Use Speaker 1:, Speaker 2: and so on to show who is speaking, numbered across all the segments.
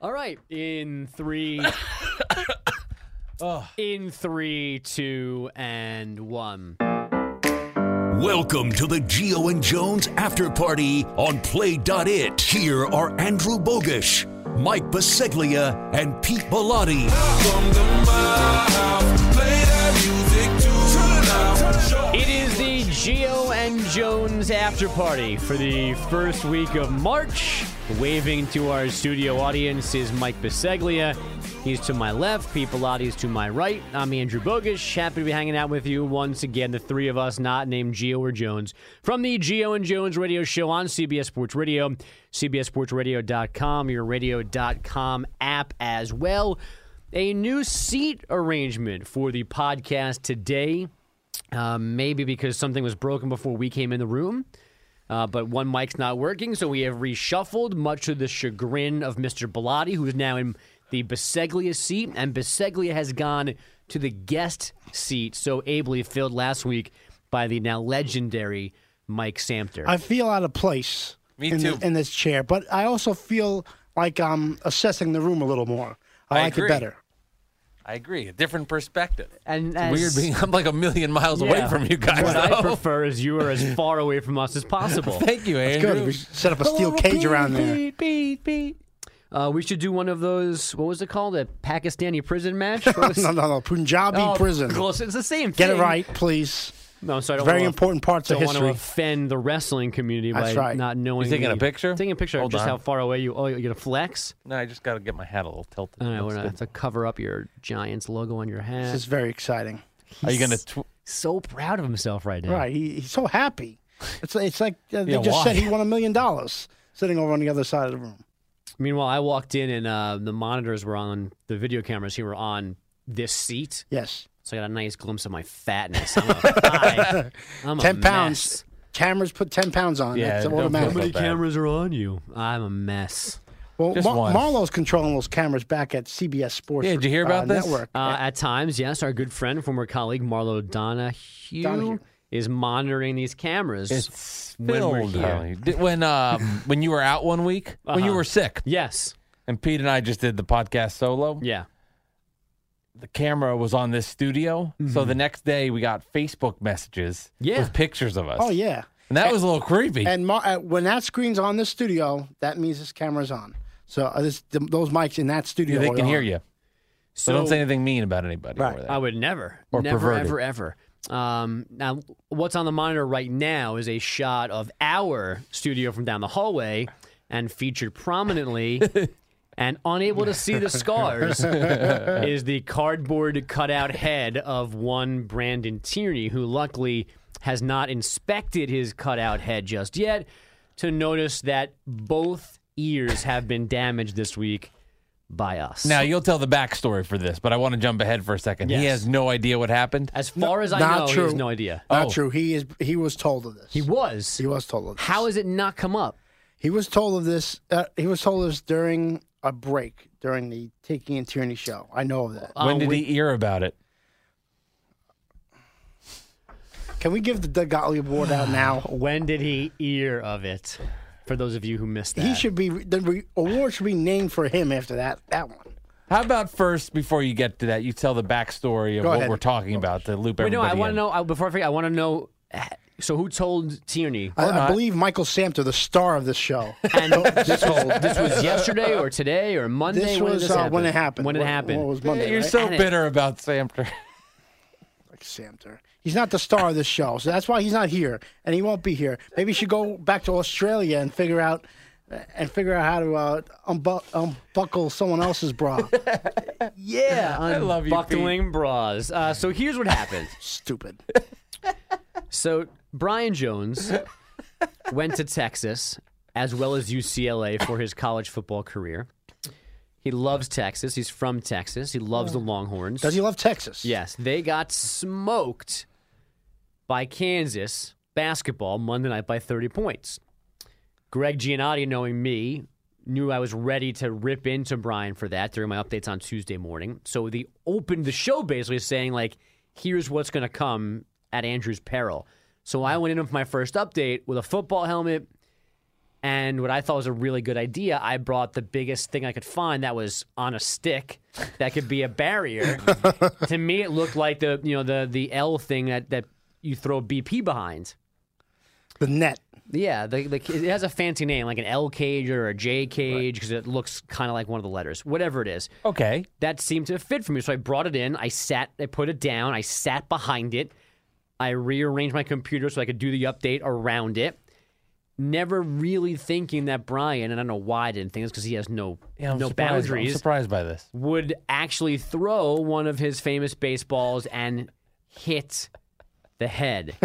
Speaker 1: All right. In three,
Speaker 2: Oh.
Speaker 1: in three, two, and one.
Speaker 3: Welcome to the Geo and Jones After Party on Play.it. Here are Andrew Bogish, Mike Baseglia, and Pete Bellotti.
Speaker 1: It is the Geo and Jones after party for the first week of March. Waving to our studio audience is Mike Biseglia. He's to my left, Pete Pilates to my right. I'm Andrew Bogish. Happy to be hanging out with you once again, the three of us, not named Geo or Jones, from the Geo and Jones radio show on CBS Sports Radio, CBSSportsRadio.com, your radio.com app as well. A new seat arrangement for the podcast today. Uh, maybe because something was broken before we came in the room. Uh, but one mic's not working, so we have reshuffled, much to the chagrin of Mr. Bellotti, who is now in the Biseglia seat. And Biseglia has gone to the guest seat, so ably filled last week by the now legendary Mike Samter.
Speaker 4: I feel out of place.
Speaker 2: Me
Speaker 4: in,
Speaker 2: too.
Speaker 4: in this chair, but I also feel like I'm assessing the room a little more. I,
Speaker 2: I
Speaker 4: like
Speaker 2: agree.
Speaker 4: it better.
Speaker 2: I agree. A different perspective.
Speaker 1: and
Speaker 2: It's weird being I'm like a million miles away
Speaker 1: Yeah.
Speaker 2: from you guys.
Speaker 1: What I
Speaker 2: though.
Speaker 1: prefer is you are as far away from us as possible.
Speaker 2: Thank you, Andrew.
Speaker 4: Good. We should set up a steel cage around there.
Speaker 1: Uh, we should do one of those. What was it called? A Pakistani prison match? What was-
Speaker 4: No, no, no. Punjabi
Speaker 1: Oh,
Speaker 4: prison.
Speaker 1: Close. It's the same
Speaker 4: Get
Speaker 1: thing.
Speaker 4: it right, please.
Speaker 1: No, so I don't
Speaker 4: Very
Speaker 1: wanna,
Speaker 4: important parts of
Speaker 1: don't want to
Speaker 4: history.
Speaker 1: offend the wrestling community
Speaker 4: That's
Speaker 1: by
Speaker 4: right.
Speaker 1: not knowing.
Speaker 2: taking
Speaker 1: the-
Speaker 2: a picture?
Speaker 1: Taking a picture
Speaker 2: Hold
Speaker 1: of just
Speaker 2: on.
Speaker 1: how far away you. Oh, you're gonna flex.
Speaker 2: no, I just got to get my hat a little tilted.
Speaker 1: All right, we're
Speaker 2: Let's
Speaker 1: gonna
Speaker 2: do-
Speaker 1: have to cover up your Giants logo on your hat.
Speaker 4: This is very exciting.
Speaker 2: Are you gonna?
Speaker 1: He's
Speaker 2: Tw-
Speaker 1: so proud of himself right now.
Speaker 4: Right. He, he's so happy. It's, it's like uh, they
Speaker 2: Yeah,
Speaker 4: just
Speaker 2: why?
Speaker 4: said he won a million dollars sitting over on the other side of the room.
Speaker 1: Meanwhile, I walked in and uh, the monitors were on the video cameras. Here were on this seat,
Speaker 4: Yes.
Speaker 1: so I got a nice glimpse of my fatness. I'm a pie. I'm a
Speaker 4: 10
Speaker 1: mess.
Speaker 4: pounds. Cameras put 10 pounds on.
Speaker 2: Yeah,
Speaker 4: That's
Speaker 2: don't
Speaker 1: How
Speaker 2: feel
Speaker 1: many
Speaker 4: automatic.
Speaker 2: bad.
Speaker 1: cameras are on you? I'm a mess.
Speaker 4: Well,
Speaker 2: Just
Speaker 4: Mar-
Speaker 2: one.
Speaker 4: Marlowe's controlling those cameras back at CBS Sports.
Speaker 2: Yeah, did you hear
Speaker 4: uh,
Speaker 2: about this?
Speaker 4: Network.
Speaker 1: Uh, at times, yes, our good friend, former colleague Marlo Donahue,
Speaker 4: Donahue.
Speaker 1: is monitoring these cameras.
Speaker 2: it's
Speaker 1: when we're
Speaker 2: filled,
Speaker 1: here.
Speaker 2: honey. Did- When um, when you were out one week, when you
Speaker 1: Uh-huh.
Speaker 2: were sick,
Speaker 1: yes,
Speaker 2: and Pete and I just did the podcast solo.
Speaker 1: yeah,
Speaker 2: the camera was on this studio. So the next day we got Facebook messages
Speaker 1: Yeah.
Speaker 2: with pictures of us.
Speaker 4: Oh, yeah.
Speaker 2: And that was a little creepy.
Speaker 4: And Mar- uh, when that screen's on this studio, that means this camera's on. So uh, this, th- those mics in that studio,
Speaker 2: Yeah, they
Speaker 4: are
Speaker 2: can hear
Speaker 4: on.
Speaker 2: you. So, don't say anything mean about anybody
Speaker 4: Right.
Speaker 2: over there.
Speaker 1: I would never,
Speaker 2: Or
Speaker 1: never,
Speaker 2: perverted.
Speaker 1: ever, ever. Um, now, what's on the monitor right now is a shot of our studio from down the hallway, and featured prominently. And unable to see the scars is the cardboard cutout head of one Brandon Tierney, who luckily has not inspected his cutout head just yet to notice that both ears have been damaged this week by us.
Speaker 2: now you'll tell the backstory for this, but I want to jump ahead for a second. He
Speaker 1: Yes.
Speaker 2: has no idea what happened.
Speaker 1: as far as I
Speaker 4: not
Speaker 1: know, he
Speaker 4: true.
Speaker 1: has no idea.
Speaker 4: Not
Speaker 2: Oh.
Speaker 4: true. He is. He was told of this.
Speaker 1: He was.
Speaker 4: He was told of this.
Speaker 1: How has it not come up?
Speaker 4: He was told of this. Uh, he was told of this during a break during the Taking and Tyranny show. I know of that.
Speaker 2: when
Speaker 1: Uh,
Speaker 2: did
Speaker 1: we-
Speaker 2: he hear about it?
Speaker 4: Can we give the Doug Gottlieb award out now?
Speaker 1: When did he ear of it? For those of you who missed that,
Speaker 4: He should be. The re- award should be named for him after that. That one.
Speaker 2: How about first, before you get to that, you tell the backstory of
Speaker 4: Go
Speaker 2: what
Speaker 4: ahead.
Speaker 2: we're talking about to loop
Speaker 1: Wait, no,
Speaker 2: everybody
Speaker 1: I want to
Speaker 2: in.
Speaker 1: know. I, before I forget, I want to know. eh, So, who told Tierney?
Speaker 4: I, I believe Michael Samter, the star of this show,
Speaker 1: And
Speaker 4: was told.
Speaker 1: this was yesterday or today or Monday.
Speaker 4: This
Speaker 1: when did
Speaker 4: was uh,
Speaker 1: happen?
Speaker 4: when it happened.
Speaker 1: When it
Speaker 4: What-
Speaker 1: happened.
Speaker 4: What was Monday?
Speaker 2: You're
Speaker 4: right?
Speaker 2: so
Speaker 1: And it-
Speaker 2: bitter about Samter.
Speaker 4: Samter. He's not the star of this show, so that's why he's not here, and he won't be here. Maybe he should go back to Australia and figure out and figure out how to uh, unbu- unbuckle someone else's bra.
Speaker 1: yeah, I
Speaker 2: love you,
Speaker 1: Buckling bras. Uh, so here's what happened.
Speaker 4: Stupid.
Speaker 1: So Brian Jones went to Texas as well as UCLA for his college football career. He loves Texas. He's from Texas. He loves the Longhorns.
Speaker 4: Does he love Texas?
Speaker 1: Yes, they got smoked by Kansas basketball Monday night by 30 points. Greg Giannotti, knowing me, knew I was ready to rip into Brian for that during my updates on Tuesday morning. So they opened the show basically saying, like, here's what's going to come at Andrew's peril. So I went in with my first update with a football helmet And what I thought was a really good idea, I brought the biggest thing I could find that was on a stick that could be a barrier. to me, it looked like the you know the the L thing that that you throw BP behind.
Speaker 4: The net.
Speaker 1: Yeah, the, the, it has a fancy name like an L cage or a J cage because it looks kind of like one of the letters, whatever it is
Speaker 2: Okay.
Speaker 1: that seemed to fit for me. So I brought it in. I sat, I put it down. I sat behind it. I rearranged my computer so I could do the update around it. Never really thinking that Brian, and I don't know why I didn't think this because he has no
Speaker 2: Yeah, I'm
Speaker 1: no
Speaker 2: surprised- I'm
Speaker 1: boundaries,
Speaker 2: surprised by this.
Speaker 1: would actually throw one of his famous baseballs and hit the head.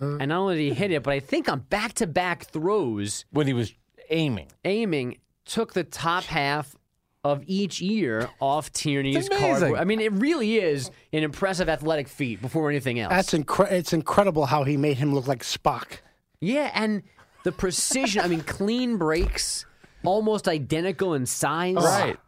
Speaker 1: and not only did he hit it, but I think on back to back throws,
Speaker 2: When he was aiming.
Speaker 1: aiming took the top half of each ear off Tierney's
Speaker 2: It's amazing.
Speaker 1: cardboard. I mean, it really is an impressive athletic feat before anything else.
Speaker 4: That's incre- It's incredible how he made him look like Spock.
Speaker 1: yeah, and the precision. I mean, clean breaks, almost identical in size.
Speaker 2: Right.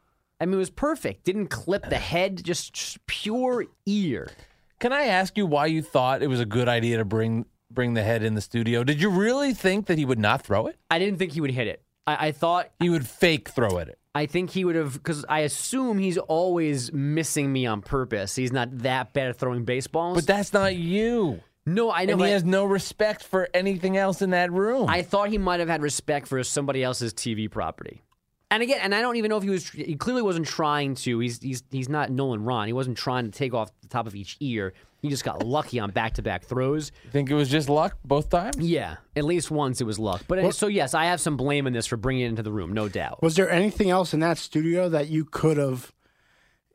Speaker 1: I mean, it was perfect. Didn't clip the head, just, just pure ear.
Speaker 2: Can I ask you why you thought it was a good idea to bring bring the head in the studio? Did you really think that he would not throw it?
Speaker 1: I didn't think he would hit it. I, I thought,
Speaker 2: He would fake throw it.
Speaker 1: I think he would have, because I assume he's always missing me on purpose. He's not that bad at throwing baseballs.
Speaker 2: But that's not you.
Speaker 1: no, I know.
Speaker 2: and
Speaker 1: but
Speaker 2: he
Speaker 1: I-
Speaker 2: has no respect for anything else in that room.
Speaker 1: I thought he might have had respect for somebody else's TV property. And again, and I don't even know if he was. He clearly wasn't trying to. He's he's he's not Nolan Ron. He wasn't trying to take off the top of each ear. He just got lucky on back to back throws.
Speaker 2: think it was just luck both times?
Speaker 1: Yeah, at least once it was luck. But so yes, I have some blame in this for bringing it into the room, no doubt.
Speaker 4: Was there anything else in that studio that you could have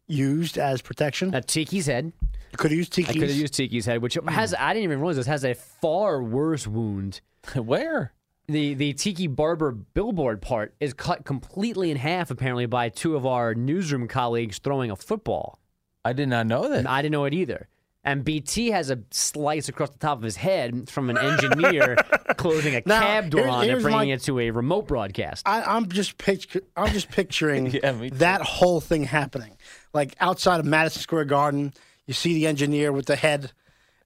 Speaker 4: used as protection?
Speaker 1: Now Tiki's head.
Speaker 4: you could have used
Speaker 1: I could have
Speaker 4: tiki's.
Speaker 1: used Tiki's head, which has I didn't even realize this has a far worse wound
Speaker 2: Where?
Speaker 1: the the Tiki Barber billboard part is cut completely in half apparently by two of our newsroom colleagues throwing a football.
Speaker 2: I did not know that.
Speaker 1: And I didn't know it either. And BT has a slice across the top of his head from an engineer closing a
Speaker 4: Now,
Speaker 1: cab door
Speaker 4: here's-
Speaker 1: on it,
Speaker 4: here's
Speaker 1: bringing
Speaker 4: my-
Speaker 1: it to a remote broadcast.
Speaker 4: I, I'm just picture, I'm just picturing
Speaker 2: Yeah, me too.
Speaker 4: that whole thing happening, like outside of Madison Square Garden. You see the engineer with the head,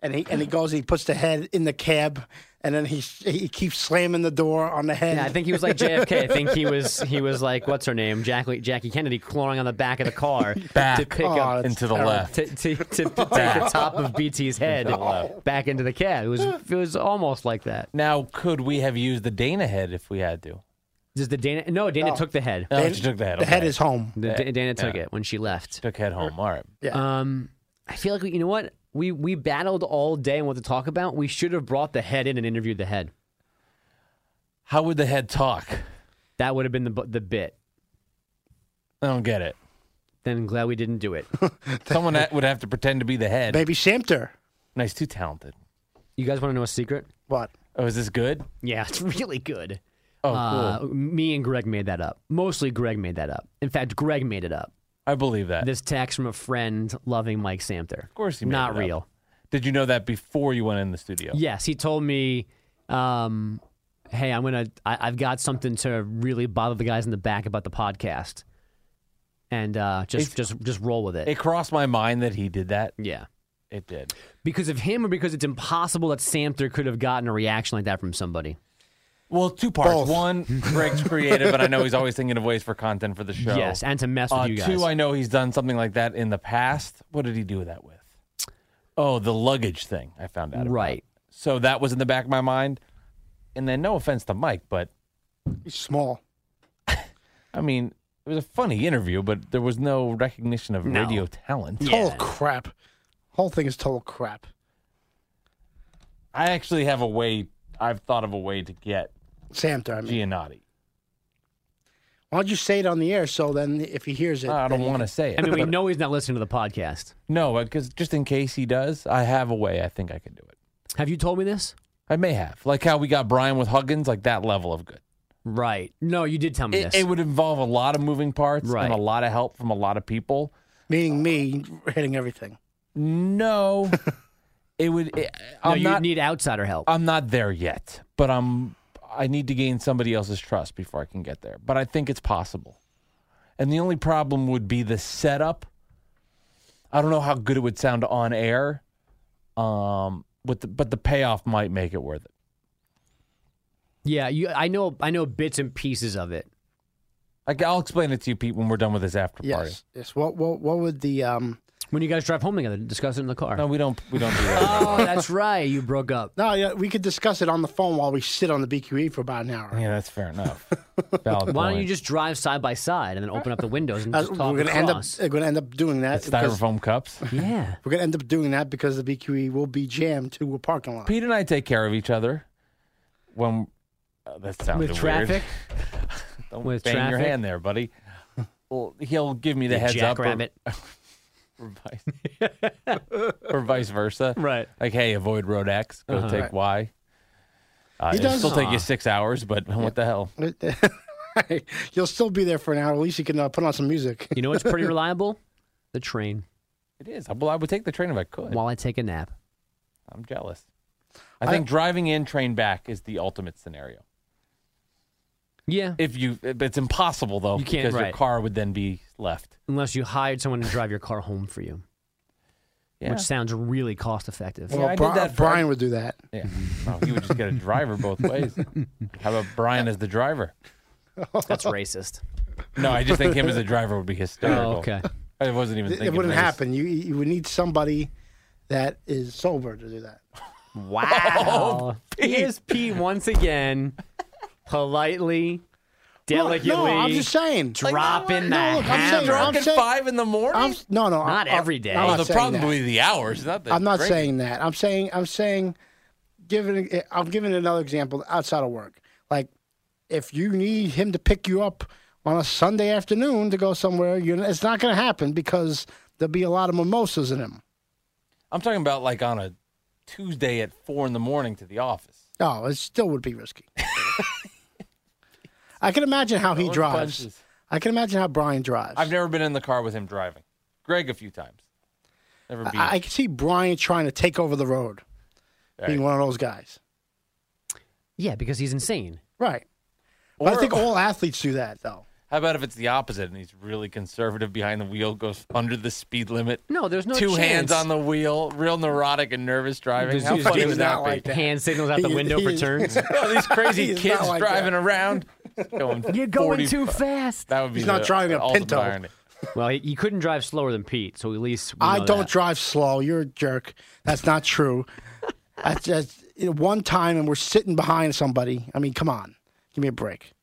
Speaker 4: and he and he goes and he puts the head in the cab, and then he he keeps slamming the door on the head.
Speaker 1: Yeah, I think he was like JFK. I think he was he was like what's her name, Jackie Jackie Kennedy, clawing on the back of the car to
Speaker 2: Back
Speaker 1: pick
Speaker 4: Oh,
Speaker 1: up
Speaker 2: and to the
Speaker 4: terrible.
Speaker 2: left.
Speaker 1: to, to, to, to take the top of BT's head back into the cab. It was it was almost like that.
Speaker 2: Now, could we have used the Dana head if we had to?
Speaker 1: Does the Dana? No, Dana took the head.
Speaker 2: No,
Speaker 4: And
Speaker 2: she took the head.
Speaker 4: The head
Speaker 2: okay.
Speaker 4: is home.
Speaker 1: The, Da- Dana took it when she left.
Speaker 2: took head home. All right.
Speaker 1: Um, I feel like we- you know what we we battled all day and what to talk about. We should have brought the head in and interviewed the head.
Speaker 2: How would the head talk?
Speaker 1: That would have been the bu- the bit.
Speaker 2: I don't get it.
Speaker 1: Then glad we didn't do it.
Speaker 2: Someone that would have to pretend to be the head.
Speaker 4: Baby Samter.
Speaker 2: No, he's too talented.
Speaker 1: You guys want to know a secret?
Speaker 4: What?
Speaker 2: Oh, is this good?
Speaker 1: Yeah, it's really good.
Speaker 2: Oh,
Speaker 1: Uh,
Speaker 2: cool.
Speaker 1: me and Greg made that up. Mostly Greg made that up. In fact, Greg made it up.
Speaker 2: I believe that.
Speaker 1: This text from a friend loving Mike Samter. Of
Speaker 2: Uh, course he made
Speaker 1: not
Speaker 2: it up.
Speaker 1: real.
Speaker 2: Did you know that before you went in the studio?
Speaker 1: Yes, he told me, um, "Hey, I'm gonna. I, I've got something to really bother the guys in the back about the podcast, and uh, just just just roll with it."
Speaker 2: It crossed my mind that he did that.
Speaker 1: yeah,
Speaker 2: It did.
Speaker 1: because of him, or because it's impossible that Samter could have gotten a reaction like that from somebody.
Speaker 2: Well, two parts.
Speaker 4: Both.
Speaker 2: One, Greg's creative, and I know he's always thinking of ways for content for the show.
Speaker 1: Yes, and to mess with
Speaker 2: Uh,
Speaker 1: you guys.
Speaker 2: two, I know he's done something like that in the past. What did he do that with? Oh, the luggage thing. I found out. about.
Speaker 1: right.
Speaker 2: So that was in the back of my mind. And then, no offense to Mike, but
Speaker 4: He's small.
Speaker 2: I mean, it was a funny interview, but there was no recognition of
Speaker 1: No.
Speaker 2: radio talent.
Speaker 4: Total crap. Whole thing is total crap.
Speaker 2: I actually have a way. I've thought of a way to get
Speaker 4: Samter. I mean,
Speaker 2: Giannotti.
Speaker 4: why don't you say it on the air so then if he hears it,
Speaker 2: Uh, I
Speaker 4: then
Speaker 2: don't
Speaker 4: he
Speaker 2: want to
Speaker 4: can-
Speaker 2: say it.
Speaker 1: I mean, we know he's not listening to the podcast.
Speaker 2: no, because just in case he does, I have a way. I think I could do it.
Speaker 1: Have you told me this?
Speaker 2: I may have, like how we got Brian with Huggins, like that level of good.
Speaker 1: Right. No, you did tell me
Speaker 2: It,
Speaker 1: this.
Speaker 2: it would involve a lot of moving parts
Speaker 1: Right.
Speaker 2: and a lot of help from a lot of people.
Speaker 4: Meaning me hitting everything.
Speaker 2: No, it would. It,
Speaker 1: no,
Speaker 2: I'm
Speaker 1: you
Speaker 2: not. Uh,
Speaker 1: need outsider help.
Speaker 2: I'm not there yet, but I'm. I need to gain somebody else's trust before I can get there. But I think it's possible. And the only problem would be the setup. I don't know how good it would sound on air. Um, with the, but the payoff might make it worth it.
Speaker 1: Yeah, you, I know. I know bits and pieces of it.
Speaker 2: Like, I'll explain it to you, Pete, when we're done with this after party.
Speaker 4: Yes. Yes. What what what would the um
Speaker 1: When you guys drive home together, discuss it in the car.
Speaker 2: No, we don't. We don't do that.
Speaker 1: Oh, that's right. You broke up.
Speaker 4: No, yeah, we could discuss it on the phone while we sit on the BQE for about an hour.
Speaker 2: yeah, that's fair enough. Valid
Speaker 1: Why don't you
Speaker 2: point.
Speaker 1: just drive side by side and then open up the windows and
Speaker 4: Uh,
Speaker 1: just
Speaker 4: we're
Speaker 1: talk
Speaker 4: gonna end up
Speaker 1: across?
Speaker 4: we're gonna end up doing
Speaker 1: Uh,
Speaker 4: that because
Speaker 2: styrofoam cups?
Speaker 1: yeah.
Speaker 4: we're gonna end up doing that because the BQE will be jammed to a parking lot.
Speaker 2: Pete and I take care of each other. When uh, that sounds
Speaker 1: With
Speaker 2: weird.
Speaker 1: traffic,
Speaker 2: Don't
Speaker 1: With
Speaker 2: bang your
Speaker 1: traffic?
Speaker 2: hand there, buddy. Well, he'll give me the heads up, or-
Speaker 1: jackrabbit.
Speaker 2: or, vice, or vice versa.
Speaker 1: Right.
Speaker 2: Like, hey, avoid road X. Go
Speaker 1: Uh-huh.
Speaker 2: take Y. Uh,
Speaker 4: He
Speaker 2: it'll
Speaker 4: does-
Speaker 2: still take you six hours, but what the hell?
Speaker 4: You'll still be there for an hour. At least you can uh, put on some music.
Speaker 1: You know what's pretty reliable? The train.
Speaker 2: It is. Well, I would take the train if I could.
Speaker 1: While I take a nap.
Speaker 2: I'm jealous. I think driving in, train back is the ultimate scenario.
Speaker 1: Yeah.
Speaker 2: If you, it's impossible though,
Speaker 1: You can't,
Speaker 2: because your
Speaker 1: right.
Speaker 2: car would then be left.
Speaker 1: Unless you hired someone to drive your car home for you,
Speaker 2: Yeah.
Speaker 1: which sounds really cost effective.
Speaker 2: Yeah,
Speaker 4: well,
Speaker 2: I did
Speaker 4: Bri-
Speaker 2: that for-
Speaker 4: Brian would do that.
Speaker 2: Yeah. Well, you would just get a driver both ways. How about Brian as the driver?
Speaker 1: That's racist.
Speaker 2: No, I just think him as a driver would be hysterical.
Speaker 1: Oh, okay.
Speaker 2: I wasn't even
Speaker 4: It,
Speaker 2: thinking.
Speaker 4: it wouldn't
Speaker 2: race.
Speaker 4: happen. You you would need somebody that is sober to do that.
Speaker 1: Wow.
Speaker 2: Oh,
Speaker 1: Here's Pete once again, politely, delicately,
Speaker 4: no, I'm just saying.
Speaker 1: dropping
Speaker 4: No,
Speaker 1: the
Speaker 4: look, I'm
Speaker 1: hammer.
Speaker 4: saying-
Speaker 2: Drunk
Speaker 4: I'm
Speaker 2: at
Speaker 4: saying-
Speaker 2: five in the morning.
Speaker 4: I'm, no, no,
Speaker 1: Not
Speaker 4: I'm, I'm-
Speaker 1: every day.
Speaker 4: I'm not
Speaker 2: the
Speaker 4: saying
Speaker 2: problem
Speaker 4: that.
Speaker 2: with the hours, not the.
Speaker 4: I'm not
Speaker 2: drinking.
Speaker 4: saying that. I'm saying I'm saying giving I'm giving another example outside of work. Like if you need him to pick you up on a Sunday afternoon to go somewhere, you it's not going to happen because there'll be a lot of mimosas in him.
Speaker 2: I'm talking about like on a Tuesday at four in the morning to the office.
Speaker 4: No, Oh, it still would be risky. I can imagine how he
Speaker 2: Throwing
Speaker 4: drives.
Speaker 2: punches.
Speaker 4: I can imagine how Brian drives.
Speaker 2: I've never been in the car with him driving. Greg a few times. Never beat.
Speaker 4: I, I can see Brian trying to take over the road, being
Speaker 2: Right.
Speaker 4: one of those guys.
Speaker 1: Yeah, because he's insane.
Speaker 4: Right. But
Speaker 2: Or-
Speaker 4: I think all athletes do that though.
Speaker 2: How about if it's the opposite and he's really conservative behind the wheel, goes under the speed limit,
Speaker 1: No, there's no
Speaker 2: two
Speaker 1: chance.
Speaker 2: hands on the wheel, real neurotic and nervous driving.
Speaker 1: Because
Speaker 2: How
Speaker 1: he's
Speaker 2: funny
Speaker 1: just
Speaker 2: would that
Speaker 4: not
Speaker 2: be?
Speaker 4: like that.
Speaker 1: hand signals out the
Speaker 4: He-
Speaker 1: window for
Speaker 4: he-
Speaker 1: turns.
Speaker 2: Oh, these crazy
Speaker 4: He's
Speaker 2: kids
Speaker 4: not like
Speaker 2: driving around. Going
Speaker 1: You're going
Speaker 2: 40
Speaker 1: too fast.
Speaker 2: That would be
Speaker 4: He's not
Speaker 2: the
Speaker 4: driving a
Speaker 2: ultimate
Speaker 4: Pinto.
Speaker 2: irony.
Speaker 1: Well, he, he couldn't drive slower than Pete, so at least we
Speaker 4: I
Speaker 1: know
Speaker 4: don't
Speaker 1: that.
Speaker 4: drive slow. You're a jerk. That's not true. That's just you know, one time, and we're sitting behind somebody. I mean, come on, give me a break.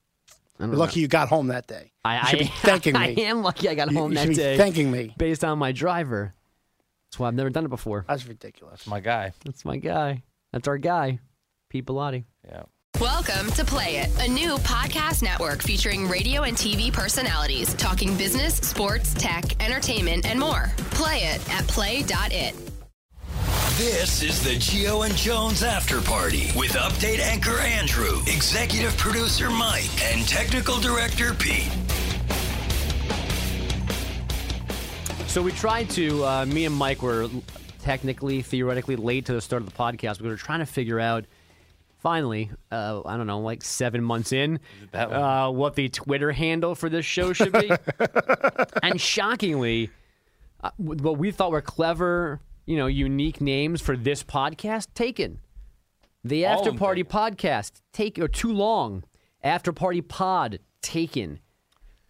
Speaker 4: You're lucky you got home that day.
Speaker 1: I,
Speaker 4: you should be
Speaker 1: I-
Speaker 4: thanking
Speaker 1: I
Speaker 4: me.
Speaker 1: am lucky I got
Speaker 4: You,
Speaker 1: home
Speaker 4: you
Speaker 1: that
Speaker 4: should be
Speaker 1: day
Speaker 4: thanking me.
Speaker 1: based on my driver. That's why I've never done it before.
Speaker 4: That's ridiculous.
Speaker 2: My guy.
Speaker 1: That's my guy. That's our guy, Pete Bellotti.
Speaker 2: Yeah.
Speaker 5: Welcome to Play It, a new podcast network featuring radio and TV personalities talking business, sports, tech, entertainment, and more. Play it at play.it.
Speaker 6: This is the Geo and Jones After Party with update anchor Andrew, executive producer Mike, and technical director Pete.
Speaker 1: So we tried to, uh, me and Mike were technically, theoretically late to the start of the podcast. We were trying to figure out, finally, uh, I don't know, like seven months in,
Speaker 2: that
Speaker 1: uh, what the Twitter handle for this show should be. and shockingly, uh, w- what we thought were clever, you know, unique names for this podcast taken. The
Speaker 2: All of
Speaker 1: After
Speaker 2: them
Speaker 1: Party Podcast, take or too long. After Party Pod, taken.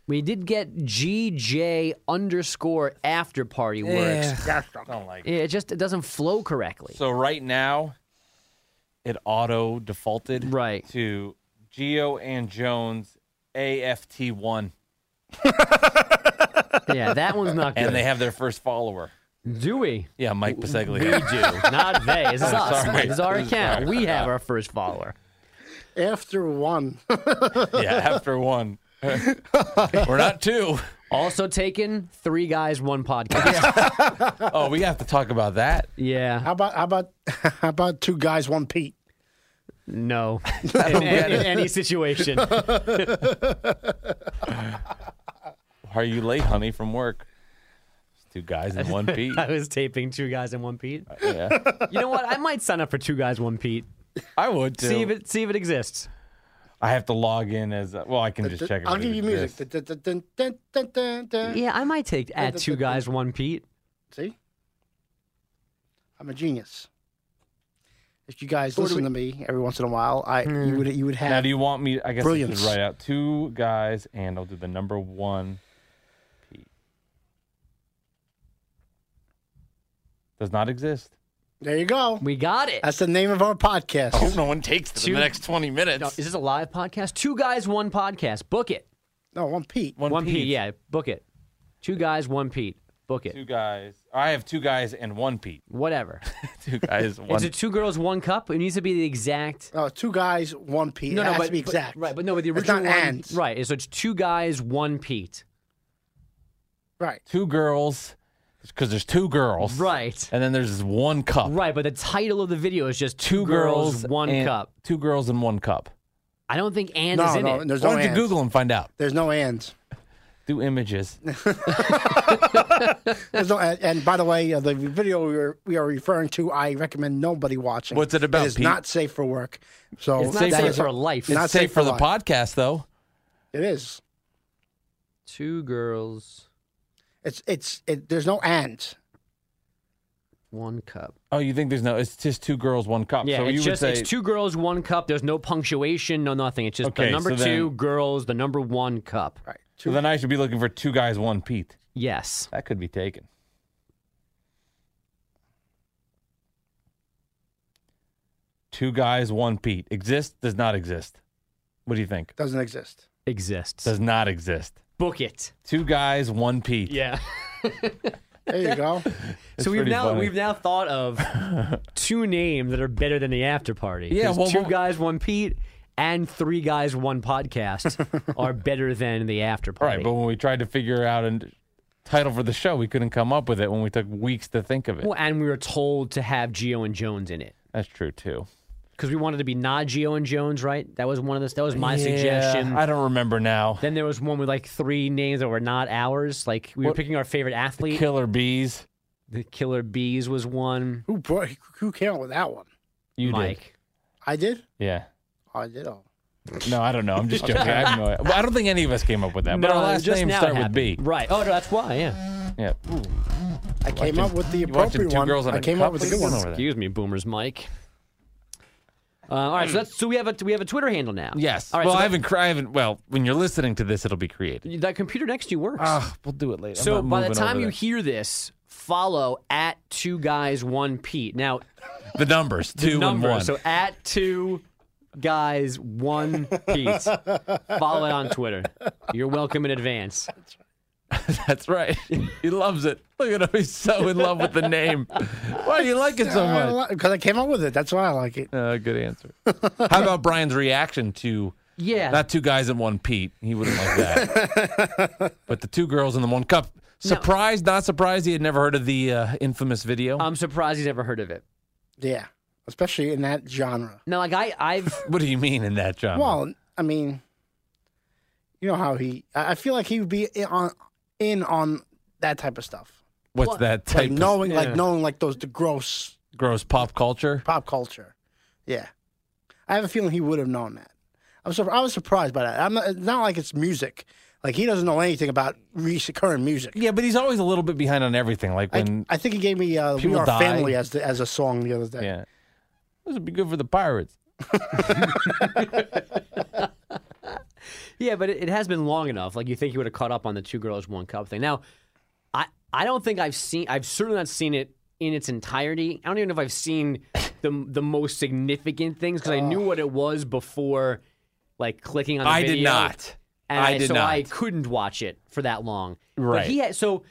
Speaker 1: We did get GJ underscore after party works.
Speaker 2: Don't like it.
Speaker 1: It just it doesn't flow correctly.
Speaker 2: So right now, it auto defaulted
Speaker 1: Right.
Speaker 2: to Geo and Jones AFT one,
Speaker 1: yeah, that one's not good.
Speaker 2: and they have their first follower.
Speaker 1: do we?
Speaker 2: Yeah, Mike Paseglia.
Speaker 1: We do. Not they. It's us.
Speaker 2: sorry.
Speaker 1: It's our
Speaker 2: I'm
Speaker 1: account.
Speaker 2: sorry.
Speaker 1: We have our first follower.
Speaker 4: After one,
Speaker 2: yeah, after one. We're not two.
Speaker 1: Also taken, three guys, one podcast.
Speaker 2: Oh, we have to talk about that.
Speaker 1: Yeah.
Speaker 4: how about how about how about two guys, one Pete?
Speaker 1: No. In, in- in any situation.
Speaker 2: Are you late, honey, from work? It's two guys in one beat.
Speaker 1: I was taping two guys and one Pete.
Speaker 2: Yeah,
Speaker 1: You know what? I might sign up for two guys, one Pete.
Speaker 2: I would too.
Speaker 1: See if it see if it exists.
Speaker 2: I have to log in as uh, well. I can just check. if
Speaker 4: I'll
Speaker 2: it
Speaker 4: give you music.
Speaker 2: exists.
Speaker 4: Dun, dun, dun, dun, dun, dun, dun.
Speaker 1: Yeah, I might take at two guys, one Pete.
Speaker 4: See, I'm a genius. If you guys listen to me every once in a while, I
Speaker 1: Hmm.
Speaker 4: you would you would
Speaker 2: Now,
Speaker 4: have
Speaker 2: do you want me? I guess I
Speaker 4: Brilliance.
Speaker 2: should write out two guys, and I'll do the number one. P. Does not exist.
Speaker 4: there you go.
Speaker 1: We got it.
Speaker 4: That's the name of our podcast.
Speaker 2: Oh,
Speaker 7: no one takes it
Speaker 1: Two-
Speaker 7: in the next 20 minutes.
Speaker 1: No, is this a live podcast? Two guys, one podcast. Book it.
Speaker 4: No, one Pete.
Speaker 2: One,
Speaker 1: One
Speaker 2: P.
Speaker 1: Pete. Yeah, book it. Two guys, one Pete. Book it.
Speaker 2: Two guys. I have two guys and one Pete.
Speaker 1: Whatever.
Speaker 2: Two guys, one.
Speaker 1: Is it two girls, one cup? It needs to be the exact.
Speaker 4: No, Uh, two guys, one Pete.
Speaker 1: No,
Speaker 4: it
Speaker 1: no,
Speaker 4: has
Speaker 1: but
Speaker 4: to be
Speaker 1: but-
Speaker 4: exact.
Speaker 1: right, but no, but the
Speaker 4: It's
Speaker 1: original
Speaker 4: not
Speaker 1: one,
Speaker 4: and.
Speaker 1: right. So it's two guys, one Pete.
Speaker 4: Right.
Speaker 2: two girls, because there's two girls.
Speaker 1: Right.
Speaker 2: And then there's one cup.
Speaker 1: Right, but the title of the video is just
Speaker 2: Two,
Speaker 1: two, girls, one
Speaker 2: and-
Speaker 1: cup.
Speaker 2: Two girls and one cup.
Speaker 1: I don't think and
Speaker 4: No,
Speaker 1: is in
Speaker 4: no,
Speaker 1: it.
Speaker 4: there's
Speaker 2: Why
Speaker 4: no
Speaker 2: don't you
Speaker 4: ands.
Speaker 2: Google and find out?
Speaker 4: There's no ands.
Speaker 2: Do images.
Speaker 4: There's no, and, and by the way, uh, the video we are, we are referring to, I recommend nobody watching.
Speaker 2: What's it about,
Speaker 4: It is
Speaker 2: Pete?
Speaker 4: not safe for work. So
Speaker 1: It's not
Speaker 2: safe
Speaker 1: safe,
Speaker 2: for-
Speaker 1: for life.
Speaker 4: Not
Speaker 2: It's
Speaker 4: safe
Speaker 2: safe for
Speaker 4: for
Speaker 2: the
Speaker 4: life.
Speaker 2: podcast, though.
Speaker 4: it is.
Speaker 1: two girls,
Speaker 4: It's it's it, there's no ands.
Speaker 1: one cup.
Speaker 2: Oh, you think there's no? It's just two girls, one cup.
Speaker 1: Yeah,
Speaker 2: Um, so you
Speaker 1: it's just
Speaker 2: would say
Speaker 1: it's two girls, one cup. There's no punctuation, no nothing. It's just
Speaker 2: Okay,
Speaker 1: the number
Speaker 2: so
Speaker 1: two
Speaker 2: then-
Speaker 1: girls, the number one cup.
Speaker 4: Right.
Speaker 2: So then I should be looking for two guys, one Pete.
Speaker 1: Yes.
Speaker 2: That could be taken. Two guys, one Pete. Exist, does not exist. What do you think?
Speaker 4: Doesn't exist.
Speaker 1: Exists.
Speaker 2: Does not exist.
Speaker 1: Book it.
Speaker 2: Two guys, one Pete.
Speaker 1: Yeah.
Speaker 4: There you go.
Speaker 2: It's
Speaker 1: so we've
Speaker 2: pretty
Speaker 1: now
Speaker 2: funny.
Speaker 1: we've now thought of two names that are better than the after party.
Speaker 2: Yeah,
Speaker 1: 'Cause
Speaker 2: well,
Speaker 1: two
Speaker 2: well-
Speaker 1: guys, one Pete, and three guys, one podcast are better than the after
Speaker 2: All
Speaker 1: party.
Speaker 2: right, but when we tried to figure out a title for the show, we couldn't come up with it when we took weeks to think of it.
Speaker 1: Well, and we were told to have Geo and Jones in it
Speaker 2: That's true too.
Speaker 1: because we wanted to be not Geo and Jones, right? That was one of the that was my
Speaker 2: Yeah,
Speaker 1: suggestion.
Speaker 2: I don't remember now.
Speaker 1: Then there was one with like three names that were not ours. Like we were
Speaker 2: What-
Speaker 1: picking our favorite athlete.
Speaker 2: Killer bees.
Speaker 1: the Killer Bees was one.
Speaker 4: who brought, who came up with that one?
Speaker 2: You
Speaker 1: Mike.
Speaker 4: I did.
Speaker 2: did. Yeah.
Speaker 4: I did. Oh.
Speaker 2: No, I don't know. I'm just joking. I, have no idea. Well, I don't think any of us came up with that. but our last
Speaker 1: just
Speaker 2: names
Speaker 1: now it
Speaker 2: start with
Speaker 1: happened.
Speaker 2: B.
Speaker 1: Right. Oh, no, that's why. Yeah.
Speaker 2: Yeah.
Speaker 4: I came up with the
Speaker 2: You watching
Speaker 4: appropriate
Speaker 2: two
Speaker 4: one.
Speaker 2: girls on
Speaker 4: I
Speaker 2: a
Speaker 4: came
Speaker 2: cup?
Speaker 4: up with
Speaker 2: What
Speaker 4: a
Speaker 2: are
Speaker 4: good
Speaker 2: you doing
Speaker 4: one.
Speaker 2: over there?
Speaker 1: Excuse me, boomers, Mike. Uh, all right. So that's so we have a we have a Twitter handle now.
Speaker 2: Yes.
Speaker 1: All right.
Speaker 2: well,
Speaker 1: so
Speaker 2: I
Speaker 1: that-
Speaker 2: haven't. cr- I haven't. Well, when you're listening to this, it'll be created.
Speaker 1: that, computer next to you works.
Speaker 2: Ah, we'll do it later. I'm
Speaker 1: so
Speaker 2: not
Speaker 1: by the
Speaker 2: moving
Speaker 1: time
Speaker 2: over
Speaker 1: you
Speaker 2: there.
Speaker 1: hear this, follow at two guys one Pete. Now
Speaker 2: the numbers two
Speaker 1: number.
Speaker 2: and one.
Speaker 1: So at two guys one Pete. follow it on Twitter. You're welcome in advance.
Speaker 2: That's right. he loves it. Look at him. He's so in love with the name. Why do you like it so much?
Speaker 4: Because I came up with it. That's why I like it.
Speaker 2: Uh, good answer. How about Brian's reaction to
Speaker 1: Yeah.
Speaker 2: not two guys and one Pete? He wouldn't like that. but the two girls and the one cup. Surprised, not surprised. He had never heard of the uh, infamous video.
Speaker 1: I'm surprised he's ever heard of it.
Speaker 4: Yeah, especially in that genre.
Speaker 1: No, like I I've
Speaker 2: what do you mean in that genre?
Speaker 4: Well, I mean, you know how he. I I feel like he would be in on in on that type of stuff.
Speaker 2: What's that
Speaker 4: like
Speaker 2: type
Speaker 4: knowing,
Speaker 1: yeah.
Speaker 4: like knowing, like those the gross
Speaker 2: of gross pop culture?
Speaker 4: pop culture. Yeah, I have a feeling he would have known that. I'm sur- I was surprised by that. I'm not, it's not like it's music. Like he doesn't know anything about recent current music.
Speaker 2: Yeah, but he's always a little bit behind on everything. Like
Speaker 4: I,
Speaker 2: when,
Speaker 4: I think he gave me uh, "We
Speaker 2: people
Speaker 4: Are
Speaker 2: die.
Speaker 4: Family" as the, as a song the other day.
Speaker 2: yeah, this would be good for the pirates.
Speaker 1: Yeah, but it, it has been long enough. Like you think you would have caught up on the two girls one cup thing. Now, I I don't think I've seen. I've certainly not seen it in its entirety. I don't even know if I've seen the the most significant things because I knew what it was before, like clicking on. The
Speaker 2: I did
Speaker 1: video,
Speaker 2: not.
Speaker 1: And
Speaker 2: I did
Speaker 1: so I
Speaker 2: not.
Speaker 1: couldn't watch it for that long.
Speaker 2: Right.
Speaker 1: But he had, so.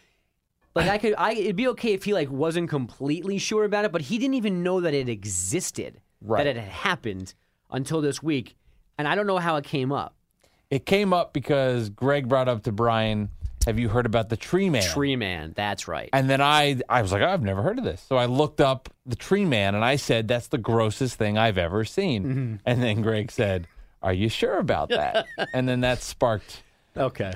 Speaker 1: Like I could, I it'd be okay if he like wasn't completely sure about it, but he didn't even know that it existed,
Speaker 2: Right.
Speaker 1: that it had happened until this week, and I don't know how it came up.
Speaker 2: It came up because Greg brought up to Brian, "Have you heard about the Tree Man?"
Speaker 1: Tree man, that's right.
Speaker 2: And then I I was like, I've never heard of this. So I looked up the tree man and I said, that's the grossest thing I've ever seen.
Speaker 1: Mm-hmm.
Speaker 2: And then Greg said, Are you sure about that? and then that sparked
Speaker 1: Okay.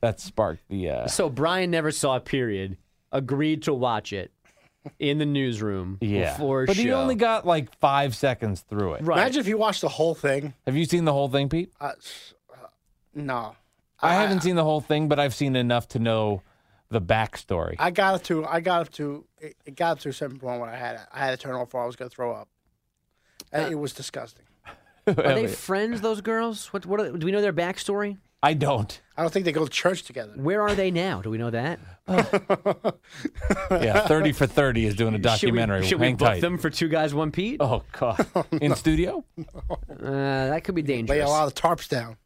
Speaker 2: that sparked the uh
Speaker 1: So Brian never saw a period, agreed to watch it in the newsroom
Speaker 2: yeah.
Speaker 1: before
Speaker 2: but
Speaker 1: show.
Speaker 2: he only got like five seconds through it.
Speaker 1: right.
Speaker 4: Imagine if you watched the whole thing.
Speaker 2: Have you seen the whole thing, Pete?
Speaker 4: Uh, s- uh, no,
Speaker 2: I, haven't seen the whole thing, but I've seen enough to know the backstory.
Speaker 4: I got up to I got up to it, it got up to a certain point where I had I had to turn off or I was gonna throw up. Uh, it was disgusting.
Speaker 1: Are they friends, those girls? What, what are, do we know their backstory?
Speaker 2: I don't.
Speaker 4: I don't think they go to church together.
Speaker 1: Where are they now? Do we know that?
Speaker 2: Yeah, 30 for 30 is doing a documentary.
Speaker 1: Should we, should we
Speaker 2: Hang
Speaker 1: book
Speaker 2: tight.
Speaker 1: them for two guys, one Pete?
Speaker 2: Oh, God. In studio?
Speaker 1: Uh, that could be dangerous.
Speaker 4: Lay a lot of tarps down.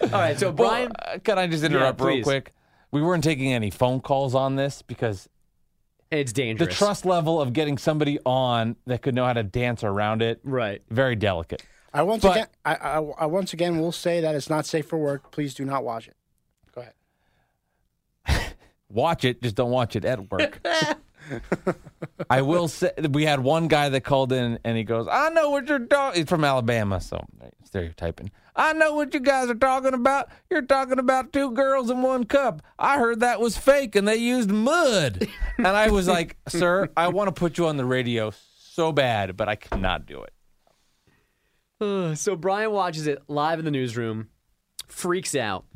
Speaker 1: All right, so Brian,
Speaker 2: Well, uh, can I just interrupt real
Speaker 1: please.
Speaker 2: quick? We weren't taking any phone calls on this because
Speaker 1: it's
Speaker 2: the
Speaker 1: dangerous.
Speaker 2: trust level of getting somebody on that could know how to dance around it,
Speaker 1: right?
Speaker 2: very delicate.
Speaker 4: I once
Speaker 2: But-
Speaker 4: again, I, I, I once again will say that it's not safe for work. Please do not watch it. Go ahead.
Speaker 2: Watch it, just don't watch it at work. I will say we had one guy that called in and he goes, "I know what you're talking." He's from Alabama, so stereotyping. I know what you guys are talking about. You're talking about two girls in one cup. I heard that was fake and they used mud. And I was like, "Sir, I want to put you on the radio so bad, but I cannot do it."
Speaker 1: Uh, So Brian watches it live in the newsroom, freaks out.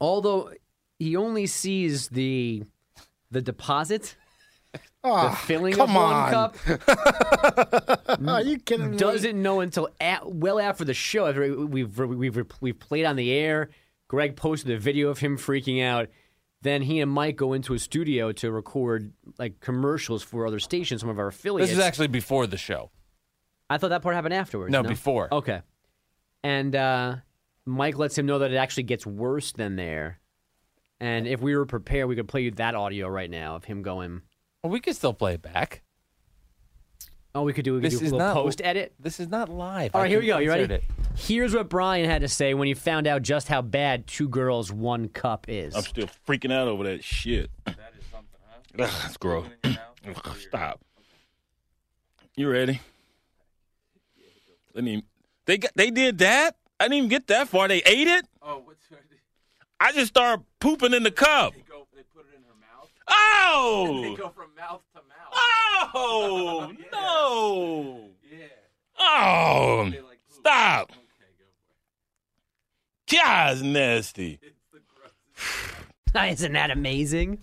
Speaker 1: Although he only sees the the deposit, the filling
Speaker 4: come
Speaker 1: of one
Speaker 4: on.
Speaker 1: cup,
Speaker 4: Are you kidding me?
Speaker 1: doesn't know until at, well after the show after we've we've we've played on the air. Greg posted a video of him freaking out. Then he and Mike go into a studio to record like commercials for other stations, some of our affiliates.
Speaker 2: This is actually before the show.
Speaker 1: I thought that part happened afterwards.
Speaker 2: No, before.
Speaker 1: Okay. And uh, Mike lets him know that it actually gets worse than there. And if we were prepared, we could play you that audio right now of him going.
Speaker 2: Well, we can still play it back.
Speaker 1: Oh, we could do, we could
Speaker 2: This
Speaker 1: do a
Speaker 2: is
Speaker 1: little
Speaker 2: not
Speaker 1: post edit.
Speaker 2: This is not live.
Speaker 1: All
Speaker 2: I
Speaker 1: right, here we
Speaker 2: can
Speaker 1: go. You ready?
Speaker 2: insert it.
Speaker 1: Here's what Brian had to say when he found out just how bad two girls, one cup is.
Speaker 7: I'm still freaking out over that shit. That is something, huh? That's gross. Ugh, Stop. You ready? I mean, they got, they did that. I didn't even get that far. They ate it. Oh, what's? I just started pooping in the cup. They, go, they put it in her mouth. Oh! they go from mouth to mouth. Oh no! Yeah. Oh! Stop! God's nasty.
Speaker 1: Isn't that amazing?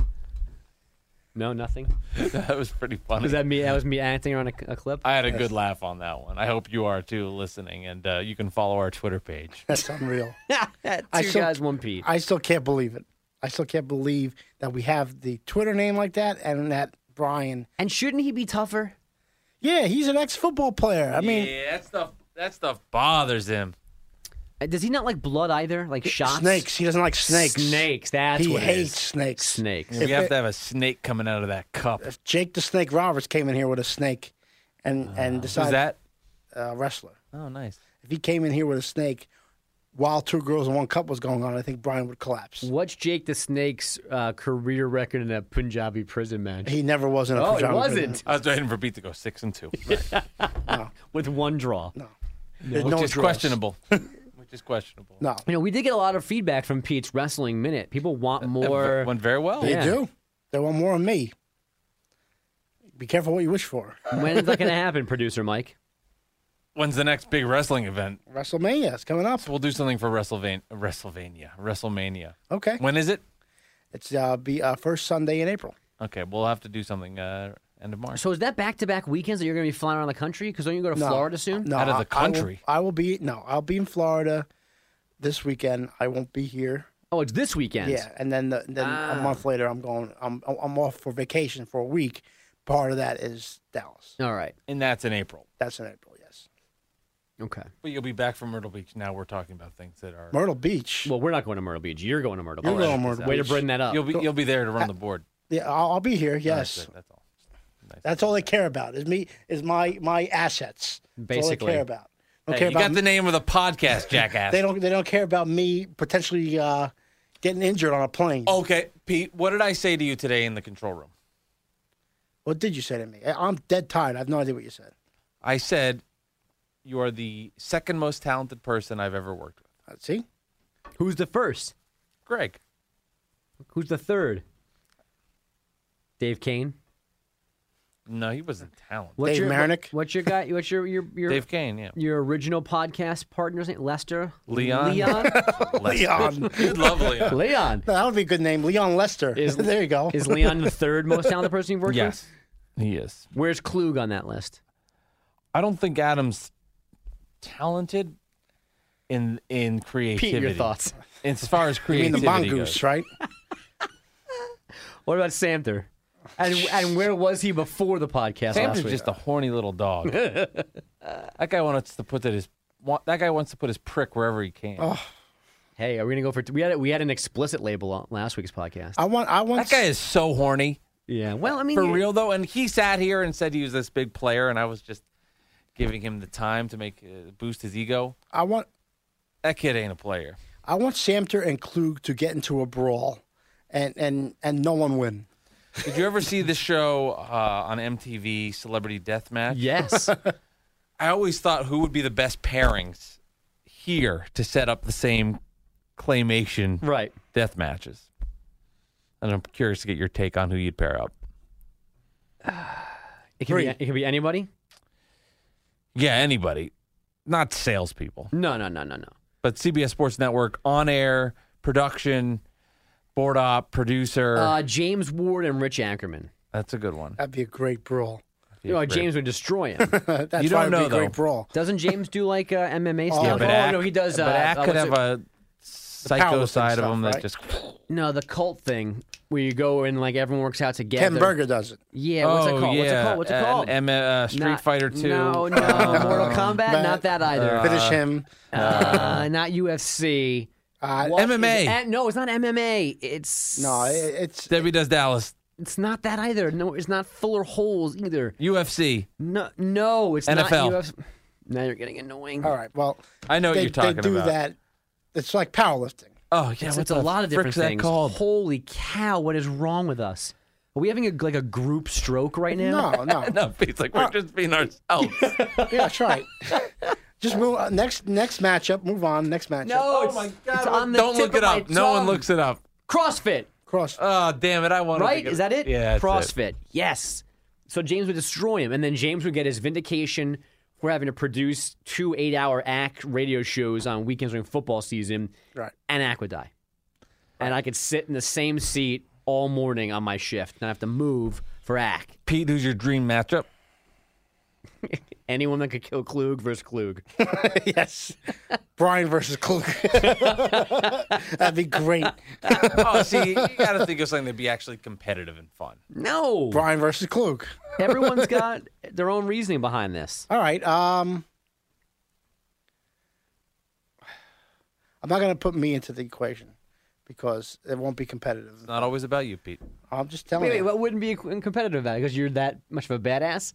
Speaker 1: No, nothing.
Speaker 2: That was pretty funny.
Speaker 1: Was that me? That was me acting on a, a clip.
Speaker 2: I had a good laugh on that one. I hope you are too listening, and uh, you can follow our Twitter page.
Speaker 4: That's unreal. I
Speaker 1: two
Speaker 4: still-
Speaker 1: guys, one Pete.
Speaker 4: I still can't believe it. I still can't believe that we have the Twitter name like that and that Brian.
Speaker 1: and shouldn't he be tougher?
Speaker 4: Yeah, he's an ex-football player. I mean,
Speaker 2: yeah, that stuff. That stuff bothers him.
Speaker 1: Uh, Does he not like blood either? Like shots?
Speaker 4: snakes. He doesn't like snakes.
Speaker 1: Snakes. That's
Speaker 4: He
Speaker 1: what it is.
Speaker 4: hates snakes.
Speaker 1: Snakes.
Speaker 2: We have to have a snake coming out of that cup. Who's
Speaker 4: If Jake the Snake Roberts came in here with a snake, and and decided
Speaker 2: that?
Speaker 4: Uh, wrestler.
Speaker 2: Oh, nice.
Speaker 4: If he came in here with a snake while two girls and one cup was going on, I think Brian would collapse.
Speaker 1: What's Jake the Snake's uh, career record in that Punjabi prison match?
Speaker 4: He never was in a
Speaker 1: oh, it
Speaker 4: pajama
Speaker 1: wasn't.
Speaker 2: I was waiting for Pete to go six and two,
Speaker 1: With one draw.
Speaker 4: There's
Speaker 2: which
Speaker 4: no
Speaker 2: is
Speaker 4: draws.
Speaker 2: questionable. which is questionable.
Speaker 4: No,
Speaker 1: You know, we did get a lot of feedback from Pete's Wrestling Minute. People
Speaker 4: Uh,
Speaker 1: want more.
Speaker 2: It went very well.
Speaker 4: they
Speaker 1: Yeah.
Speaker 4: do. They want more of me. Be careful what you wish for.
Speaker 1: when is that going to happen, producer Mike?
Speaker 2: When's the next big wrestling event?
Speaker 4: WrestleMania is coming up.
Speaker 2: We'll do something for WrestleVan- WrestleVania. WrestleMania.
Speaker 4: Okay,
Speaker 2: When is it?
Speaker 4: it's uh, be uh, first Sunday in April.
Speaker 2: Okay, we'll have to do something uh, end of March.
Speaker 1: So is that back to back weekends that you're going to be flying around the country? Because don't you go to
Speaker 4: No,
Speaker 1: Florida soon?
Speaker 4: No,
Speaker 2: Out of the
Speaker 4: I- I will-
Speaker 2: country.
Speaker 4: I will, be no. I'll be in Florida this weekend. I won't be here.
Speaker 1: Oh, it's this weekend.
Speaker 4: Yeah, and then the, then
Speaker 2: Ah.
Speaker 4: a month later, I'm going. I'm I'm off for vacation for a week. Part of that is Dallas.
Speaker 1: All right.
Speaker 2: and that's in April.
Speaker 4: That's in April. Yes,
Speaker 1: Okay.
Speaker 2: But you'll be back from Myrtle Beach. Now we're talking about things that are.
Speaker 4: Myrtle Beach.
Speaker 1: Well, we're not going to Myrtle Beach. You're going to Myrtle
Speaker 4: You're
Speaker 1: Beach.
Speaker 4: going to Myrtle
Speaker 1: Way to
Speaker 4: Beach.
Speaker 1: bring that up.
Speaker 2: You'll be you'll be there to run the board.
Speaker 4: yeah, I'll, I'll be here. Yes,
Speaker 2: That's, it, that's all.
Speaker 4: that's all they care about is me is my my assets. That's all they
Speaker 1: Basically.
Speaker 4: care about. Don't
Speaker 2: Hey,
Speaker 4: care
Speaker 2: you got
Speaker 4: about
Speaker 2: the name of the podcast, jackass.
Speaker 4: they don't they don't care about me potentially uh, getting injured on a plane.
Speaker 2: Okay, Pete. What did I say to you today in the control room?
Speaker 4: What did you say to me? I- I'm dead tired. I have no idea what you said.
Speaker 2: I said you are the second most talented person I've ever worked with.
Speaker 4: Uh, See,
Speaker 1: Who's the first?
Speaker 2: Greg.
Speaker 1: Who's the third? Dave Kane.
Speaker 2: No, he wasn't talented.
Speaker 1: What's
Speaker 4: Dave
Speaker 1: your,
Speaker 4: Marinick?
Speaker 1: What's your guy? What's your your your
Speaker 2: Dave Kane. Yeah.
Speaker 1: your original podcast partner's name? Lester,
Speaker 2: Leon.
Speaker 1: Leon,
Speaker 4: Leon.
Speaker 2: Good, lovely.
Speaker 1: Leon.
Speaker 4: that would be a good name, Leon Lester.
Speaker 1: Is-
Speaker 4: there you go.
Speaker 1: Is Leon the third most talented person you've worked
Speaker 2: yes,
Speaker 1: with?
Speaker 2: he is.
Speaker 1: Where's Klug on that list?
Speaker 2: I don't think Adam's talented in in creativity.
Speaker 1: Pete, your thoughts.
Speaker 2: As far as
Speaker 4: I mean,
Speaker 2: creativity
Speaker 4: the mongoose,
Speaker 2: goes.
Speaker 4: right?
Speaker 1: What about Samter? And, and where was he before the podcast last
Speaker 2: Sam's
Speaker 1: week?
Speaker 2: just a horny little dog. that guy wants to put that his wa- that guy wants to put his prick wherever he can.
Speaker 1: Oh, hey, are we gonna go for? we had we had an explicit label on last week's podcast.
Speaker 4: I want. I want.
Speaker 2: That guy is so horny.
Speaker 1: yeah. Well, I mean,
Speaker 2: For
Speaker 1: you-
Speaker 2: real though, and he sat here and said he was this big player and I was just giving him the time to make uh, boost his ego.
Speaker 4: I want.
Speaker 2: That kid ain't a player.
Speaker 4: I want Samter and Klug to get into a brawl, and and and no one win.
Speaker 2: Did you ever see the show uh, on MTV, Celebrity Deathmatch?
Speaker 1: Yes.
Speaker 2: I always thought who would be the best pairings here to set up the same claymation
Speaker 1: right.
Speaker 2: death matches. And I'm curious to get your take on who you'd pair up.
Speaker 1: It can, be, it can be anybody.
Speaker 2: Yeah, anybody, not salespeople,
Speaker 1: No, no, no, no, no.
Speaker 2: but CBS Sports Network on air production, board op producer.
Speaker 1: Uh, James Ward and Rich Ackerman.
Speaker 2: That's a good one.
Speaker 4: That'd be a great brawl.
Speaker 1: You know, James would destroy him.
Speaker 4: That's
Speaker 2: You
Speaker 4: why
Speaker 2: don't
Speaker 4: it'd be
Speaker 2: know,
Speaker 4: a great
Speaker 2: though.
Speaker 4: brawl.
Speaker 1: Doesn't James do like uh, MMA
Speaker 4: Oh,
Speaker 1: stuff?
Speaker 4: yeah,
Speaker 1: oh
Speaker 4: but
Speaker 1: no, he does.
Speaker 2: But
Speaker 1: uh,
Speaker 2: Ak
Speaker 1: uh,
Speaker 2: could
Speaker 1: what's
Speaker 2: have
Speaker 1: it-
Speaker 2: a psycho
Speaker 4: powerlifting
Speaker 2: side of
Speaker 4: stuff,
Speaker 2: him
Speaker 4: right?
Speaker 2: that just.
Speaker 1: no the cult thing where you go and like everyone works out together.
Speaker 4: Ken Berger does it.
Speaker 1: Yeah.
Speaker 2: oh
Speaker 1: What's it called?
Speaker 2: yeah,
Speaker 1: What's it called? What's it
Speaker 2: and
Speaker 1: called?
Speaker 2: M- uh, Street
Speaker 1: Not-
Speaker 2: Fighter Two. Um, Uh,
Speaker 1: No, no, Mortal Kombat.
Speaker 4: Matt,
Speaker 1: not that either.
Speaker 4: Finish him.
Speaker 1: Uh, not UFC.
Speaker 4: Uh,
Speaker 1: What
Speaker 2: MMA.
Speaker 1: is- eh, no, it's not MMA. It's
Speaker 4: no, it, it's
Speaker 2: Debbie does Dallas.
Speaker 1: it's not that either. No, it's not Fuller Holes either.
Speaker 2: UFC.
Speaker 1: No, no, it's
Speaker 2: NFL.
Speaker 1: not UFC. Now you're getting annoying.
Speaker 4: all right. Well,
Speaker 2: I know what
Speaker 4: they,
Speaker 2: you're talking
Speaker 4: they do
Speaker 2: about.
Speaker 4: that. It's like powerlifting.
Speaker 2: Oh yeah,
Speaker 1: It's,
Speaker 2: what
Speaker 1: it's
Speaker 2: the
Speaker 1: a lot of different
Speaker 2: frick's that
Speaker 1: things.
Speaker 2: called?
Speaker 1: Holy cow! What is wrong with us? Are we having a, like a group stroke right now?
Speaker 4: No, no.
Speaker 2: No, it's like
Speaker 1: Uh,
Speaker 2: we're just being ourselves.
Speaker 1: Oh
Speaker 4: Yeah, that's right. Just move uh, next next matchup. Move on. Next matchup.
Speaker 1: it's, it's on the
Speaker 2: Don't
Speaker 1: tip
Speaker 2: look
Speaker 1: of
Speaker 2: it
Speaker 1: my
Speaker 2: up. No one
Speaker 1: tongue.
Speaker 2: looks it up.
Speaker 1: CrossFit.
Speaker 4: Cross.
Speaker 2: Oh damn it! I want
Speaker 1: right? Is that it?
Speaker 2: Yeah. that's it.
Speaker 1: CrossFit. Yes. So James would destroy him, and then James would get his vindication for having to produce two eight-hour act radio shows on weekends during football season,
Speaker 4: Right.
Speaker 1: and Ack would die, and I could sit in the same seat all morning on my shift, and I have to move for Ack.
Speaker 2: Pete, who's your dream matchup?
Speaker 1: Anyone that could kill Klug versus Klug.
Speaker 4: yes. Brian versus Klug. That'd be great.
Speaker 2: oh, see, you got to think of something that'd be actually competitive and fun.
Speaker 1: No,
Speaker 4: Brian versus Klug.
Speaker 1: everyone's got their own reasoning behind this.
Speaker 4: All right. Um, I'm not gonna put me into the equation because it won't be competitive.
Speaker 2: Not always about you, Pete.
Speaker 4: I'm just telling
Speaker 1: Wait, wait,
Speaker 4: you.
Speaker 1: what wouldn't be competitive about it? Because you're that much of a badass.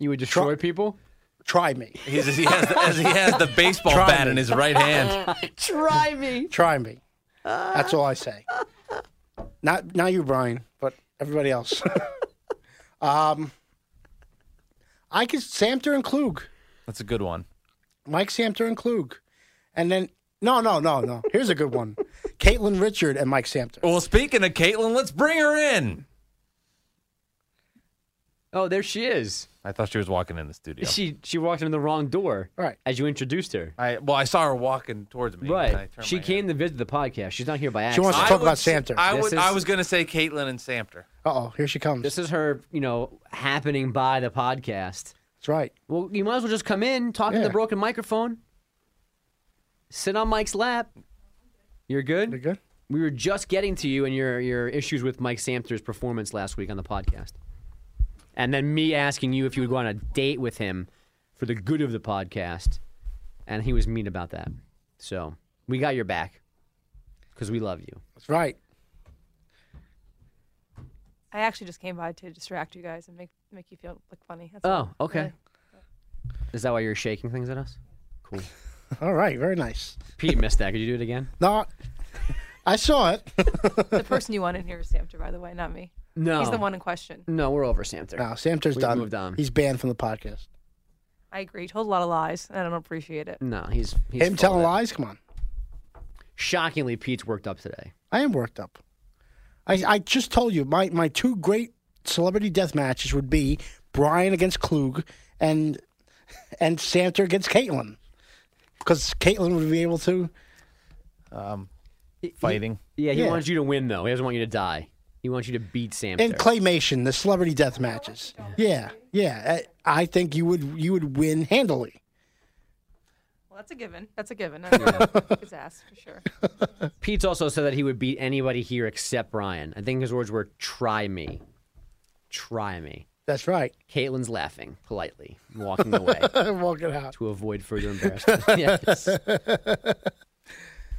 Speaker 1: You would destroy people.
Speaker 4: Try me.
Speaker 2: He's, he has the, as he has the baseball
Speaker 4: Try
Speaker 2: bat
Speaker 4: me.
Speaker 2: in his right hand.
Speaker 1: Try me.
Speaker 4: Try me. That's all I say. Not not you, Brian, but everybody else. um, I could Samter and Klug.
Speaker 2: That's a good one.
Speaker 4: Mike Samter and Klug. And then no, no, no, no. Here's a good one. Caitlin Richard and Mike Samter.
Speaker 2: Well, speaking of Caitlin, let's bring her in.
Speaker 1: Oh, there she is.
Speaker 2: I thought she was walking in the studio.
Speaker 1: She she walked in the wrong door.
Speaker 4: Right.
Speaker 1: As you introduced her.
Speaker 2: I well, I saw her walking towards me. and I
Speaker 1: Right.
Speaker 2: turned
Speaker 1: She
Speaker 2: my
Speaker 1: came to visit the podcast. She's not here by
Speaker 4: She
Speaker 1: accident.
Speaker 4: wants to
Speaker 2: head.
Speaker 4: talk
Speaker 2: I
Speaker 4: about Samter.
Speaker 2: would-
Speaker 4: Uh
Speaker 2: I
Speaker 1: This
Speaker 2: would.
Speaker 1: is-
Speaker 2: I was going to say Caitlin and Samter.
Speaker 4: oh, here she comes.
Speaker 1: this is her, you know, happening by the podcast.
Speaker 4: That's right.
Speaker 1: Well, you might as well just come in, talk to
Speaker 4: Yeah.
Speaker 1: the broken microphone, sit on Mike's lap. You're good.
Speaker 4: You good?
Speaker 1: We were just getting to you and your your issues with Mike Samter's performance last week on the podcast, and then me asking you if you would go on a date with him for the good of the podcast, and he was mean about that. So we got your back because we love you.
Speaker 4: That's right.
Speaker 8: I actually just came by to distract you guys and make make you feel like funny. That's all.
Speaker 1: Oh, okay. Is that why you're shaking things at us? Cool.
Speaker 4: All right, very nice.
Speaker 1: Pete missed that. Could you do it again?
Speaker 4: No, I saw it.
Speaker 8: the person you want in here is Samter, by the way, not me.
Speaker 1: No.
Speaker 8: He's the one in question.
Speaker 1: No, we're over Samter.
Speaker 4: No, Samter's
Speaker 1: We've
Speaker 4: done.
Speaker 1: moved on.
Speaker 4: He's banned from the podcast.
Speaker 8: I agree. He told a lot of lies, and I don't appreciate it.
Speaker 1: No, he's, he's full
Speaker 4: Him
Speaker 1: of
Speaker 4: telling
Speaker 1: it.
Speaker 4: lies? Come on.
Speaker 1: Shockingly, Pete's worked up today.
Speaker 4: I am worked up. I, I just told you my, my two great celebrity death matches would be Brian against Klug and and Samter against Caitlin. Because Caitlin would be able to.
Speaker 2: Fighting.
Speaker 1: Yeah, he
Speaker 4: Yeah.
Speaker 1: wants you to win though. He doesn't want you to die. He wants you to beat Sam.
Speaker 4: in
Speaker 1: Therrien.
Speaker 4: claymation, the celebrity death matches. Yeah, yeah. I I think you would you would win handily.
Speaker 8: Well, that's a given. That's a given. I don't know. His ass for sure.
Speaker 1: Pete's also said that he would beat anybody here except Ryan. I think his words were "try me, try me."
Speaker 4: That's right.
Speaker 1: Caitlin's laughing politely, walking away
Speaker 4: Walk it out.
Speaker 1: to avoid further embarrassment. yes.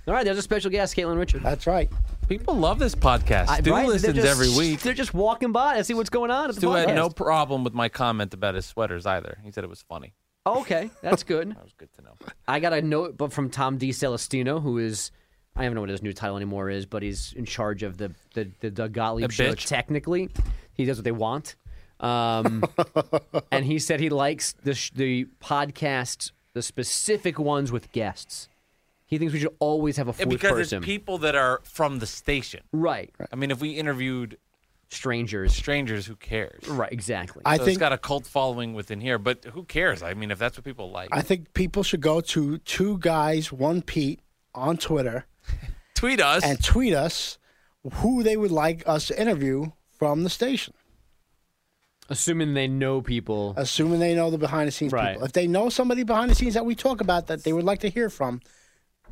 Speaker 1: All right, there's a special guest, Caitlin Richard.
Speaker 4: That's right.
Speaker 2: People love this podcast.
Speaker 1: I-
Speaker 2: Stu
Speaker 1: Brian, they're
Speaker 2: listens
Speaker 1: just-
Speaker 2: every week.
Speaker 1: They're just walking by to see what's going on at the
Speaker 2: Stu had
Speaker 1: podcast.
Speaker 2: no problem with my comment about his sweaters either. He said it was funny.
Speaker 1: Oh, Okay, that's good.
Speaker 2: That was good to know.
Speaker 1: I got a note but from Tom D. Celestino, who is I don't know what his new title anymore is, but he's in charge of the the, the Doug Gottlieb
Speaker 2: A
Speaker 1: show.
Speaker 2: bitch.
Speaker 1: Technically, he does what they want, um, and he said he likes the sh- the podcasts, the specific ones with guests. He thinks we should always have a fourth
Speaker 2: because
Speaker 1: person,
Speaker 2: it's people that are from the station.
Speaker 1: right?
Speaker 2: I mean, if we interviewed
Speaker 1: Strangers,
Speaker 2: strangers, who cares? So
Speaker 1: right? Exactly.
Speaker 4: I
Speaker 2: it's
Speaker 4: think
Speaker 2: got a cult following within here, but who cares? I mean, if that's what people like,
Speaker 4: I think people should go to two guys, one Pete on Twitter
Speaker 2: tweet us.
Speaker 4: and tweet us who they would like us to interview from the station.
Speaker 1: Assuming they know people,
Speaker 4: assuming they know the behind the scenes
Speaker 1: Right.
Speaker 4: people. If they know somebody behind the scenes that we talk about that they would like to hear from,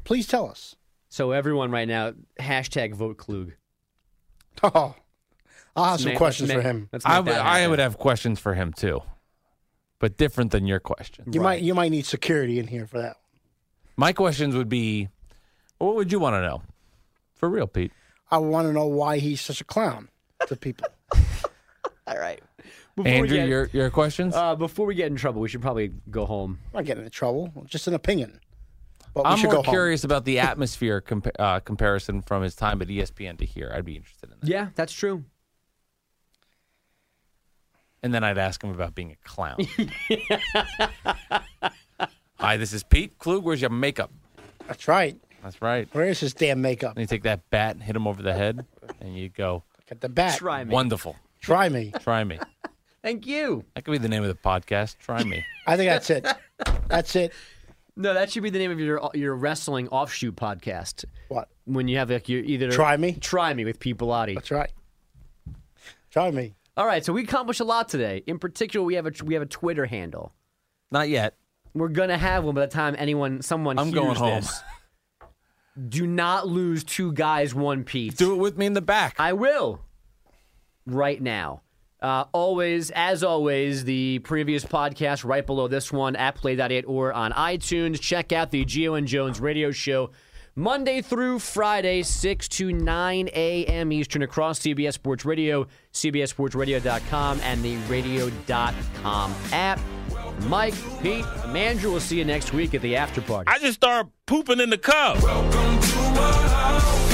Speaker 4: please tell us.
Speaker 1: so everyone right now hashtag vote Klug.
Speaker 4: Oh, I'll have some
Speaker 1: Ma-
Speaker 4: questions
Speaker 1: ma-
Speaker 4: for him.
Speaker 1: let's make
Speaker 2: I would,
Speaker 1: that
Speaker 2: I
Speaker 1: happen.
Speaker 2: would have questions for him too, but different than your question.
Speaker 4: You might you might need security in here for that.
Speaker 2: My questions would be, what would you want to know? For real, Pete.
Speaker 4: I want to know why he's such a clown to people.
Speaker 1: All right.
Speaker 2: Andrew,
Speaker 1: get-
Speaker 2: your your questions.
Speaker 1: Uh, before we get in trouble, we should probably go home.
Speaker 4: I'm not getting in trouble. Just an opinion. But we
Speaker 2: I'm
Speaker 4: should
Speaker 2: more
Speaker 4: go home.
Speaker 2: curious about the atmosphere compa- uh, comparison from his time at E ESPN to here. I'd be interested in that.
Speaker 1: Yeah, that's true.
Speaker 2: And then I'd ask him about being a clown. Hi, this is Pete Klug. Where's your makeup?
Speaker 4: That's right.
Speaker 2: That's right.
Speaker 4: Where is his damn makeup?
Speaker 2: Then you take that bat and hit him over the head, and you go,
Speaker 4: Get the bat.
Speaker 1: Try me.
Speaker 2: wonderful.
Speaker 4: Try me.
Speaker 2: Try me.
Speaker 1: Thank you.
Speaker 2: That could be the name of the podcast. Try me.
Speaker 4: I think that's it. That's it.
Speaker 1: No, that should be the name of your your wrestling offshoot podcast.
Speaker 4: What?
Speaker 1: When you have like you either
Speaker 4: Try Me?
Speaker 1: try me with Pete Bellotti.
Speaker 4: That's right. Try me.
Speaker 1: All right, so we accomplished a lot today. In particular, we have a we have a Twitter handle.
Speaker 2: Not yet.
Speaker 1: We're gonna have one by the time anyone someone
Speaker 2: I'm
Speaker 1: hears
Speaker 2: going home.
Speaker 1: this. Do not lose two guys, one piece.
Speaker 2: Do it with me in the back.
Speaker 1: I will. Right now. Uh, always, as always, the previous podcast right below this one at play.it or on iTunes. Check out the Geo and Jones radio show Monday through Friday, 6 to 9 a.m. Eastern across CBS Sports Radio, CBSSportsRadio.com, and the radio.com app. Mike, Pete, Mandrew, we'll see you next week at the after party.
Speaker 7: I just started pooping in the cup.
Speaker 6: Welcome to my house.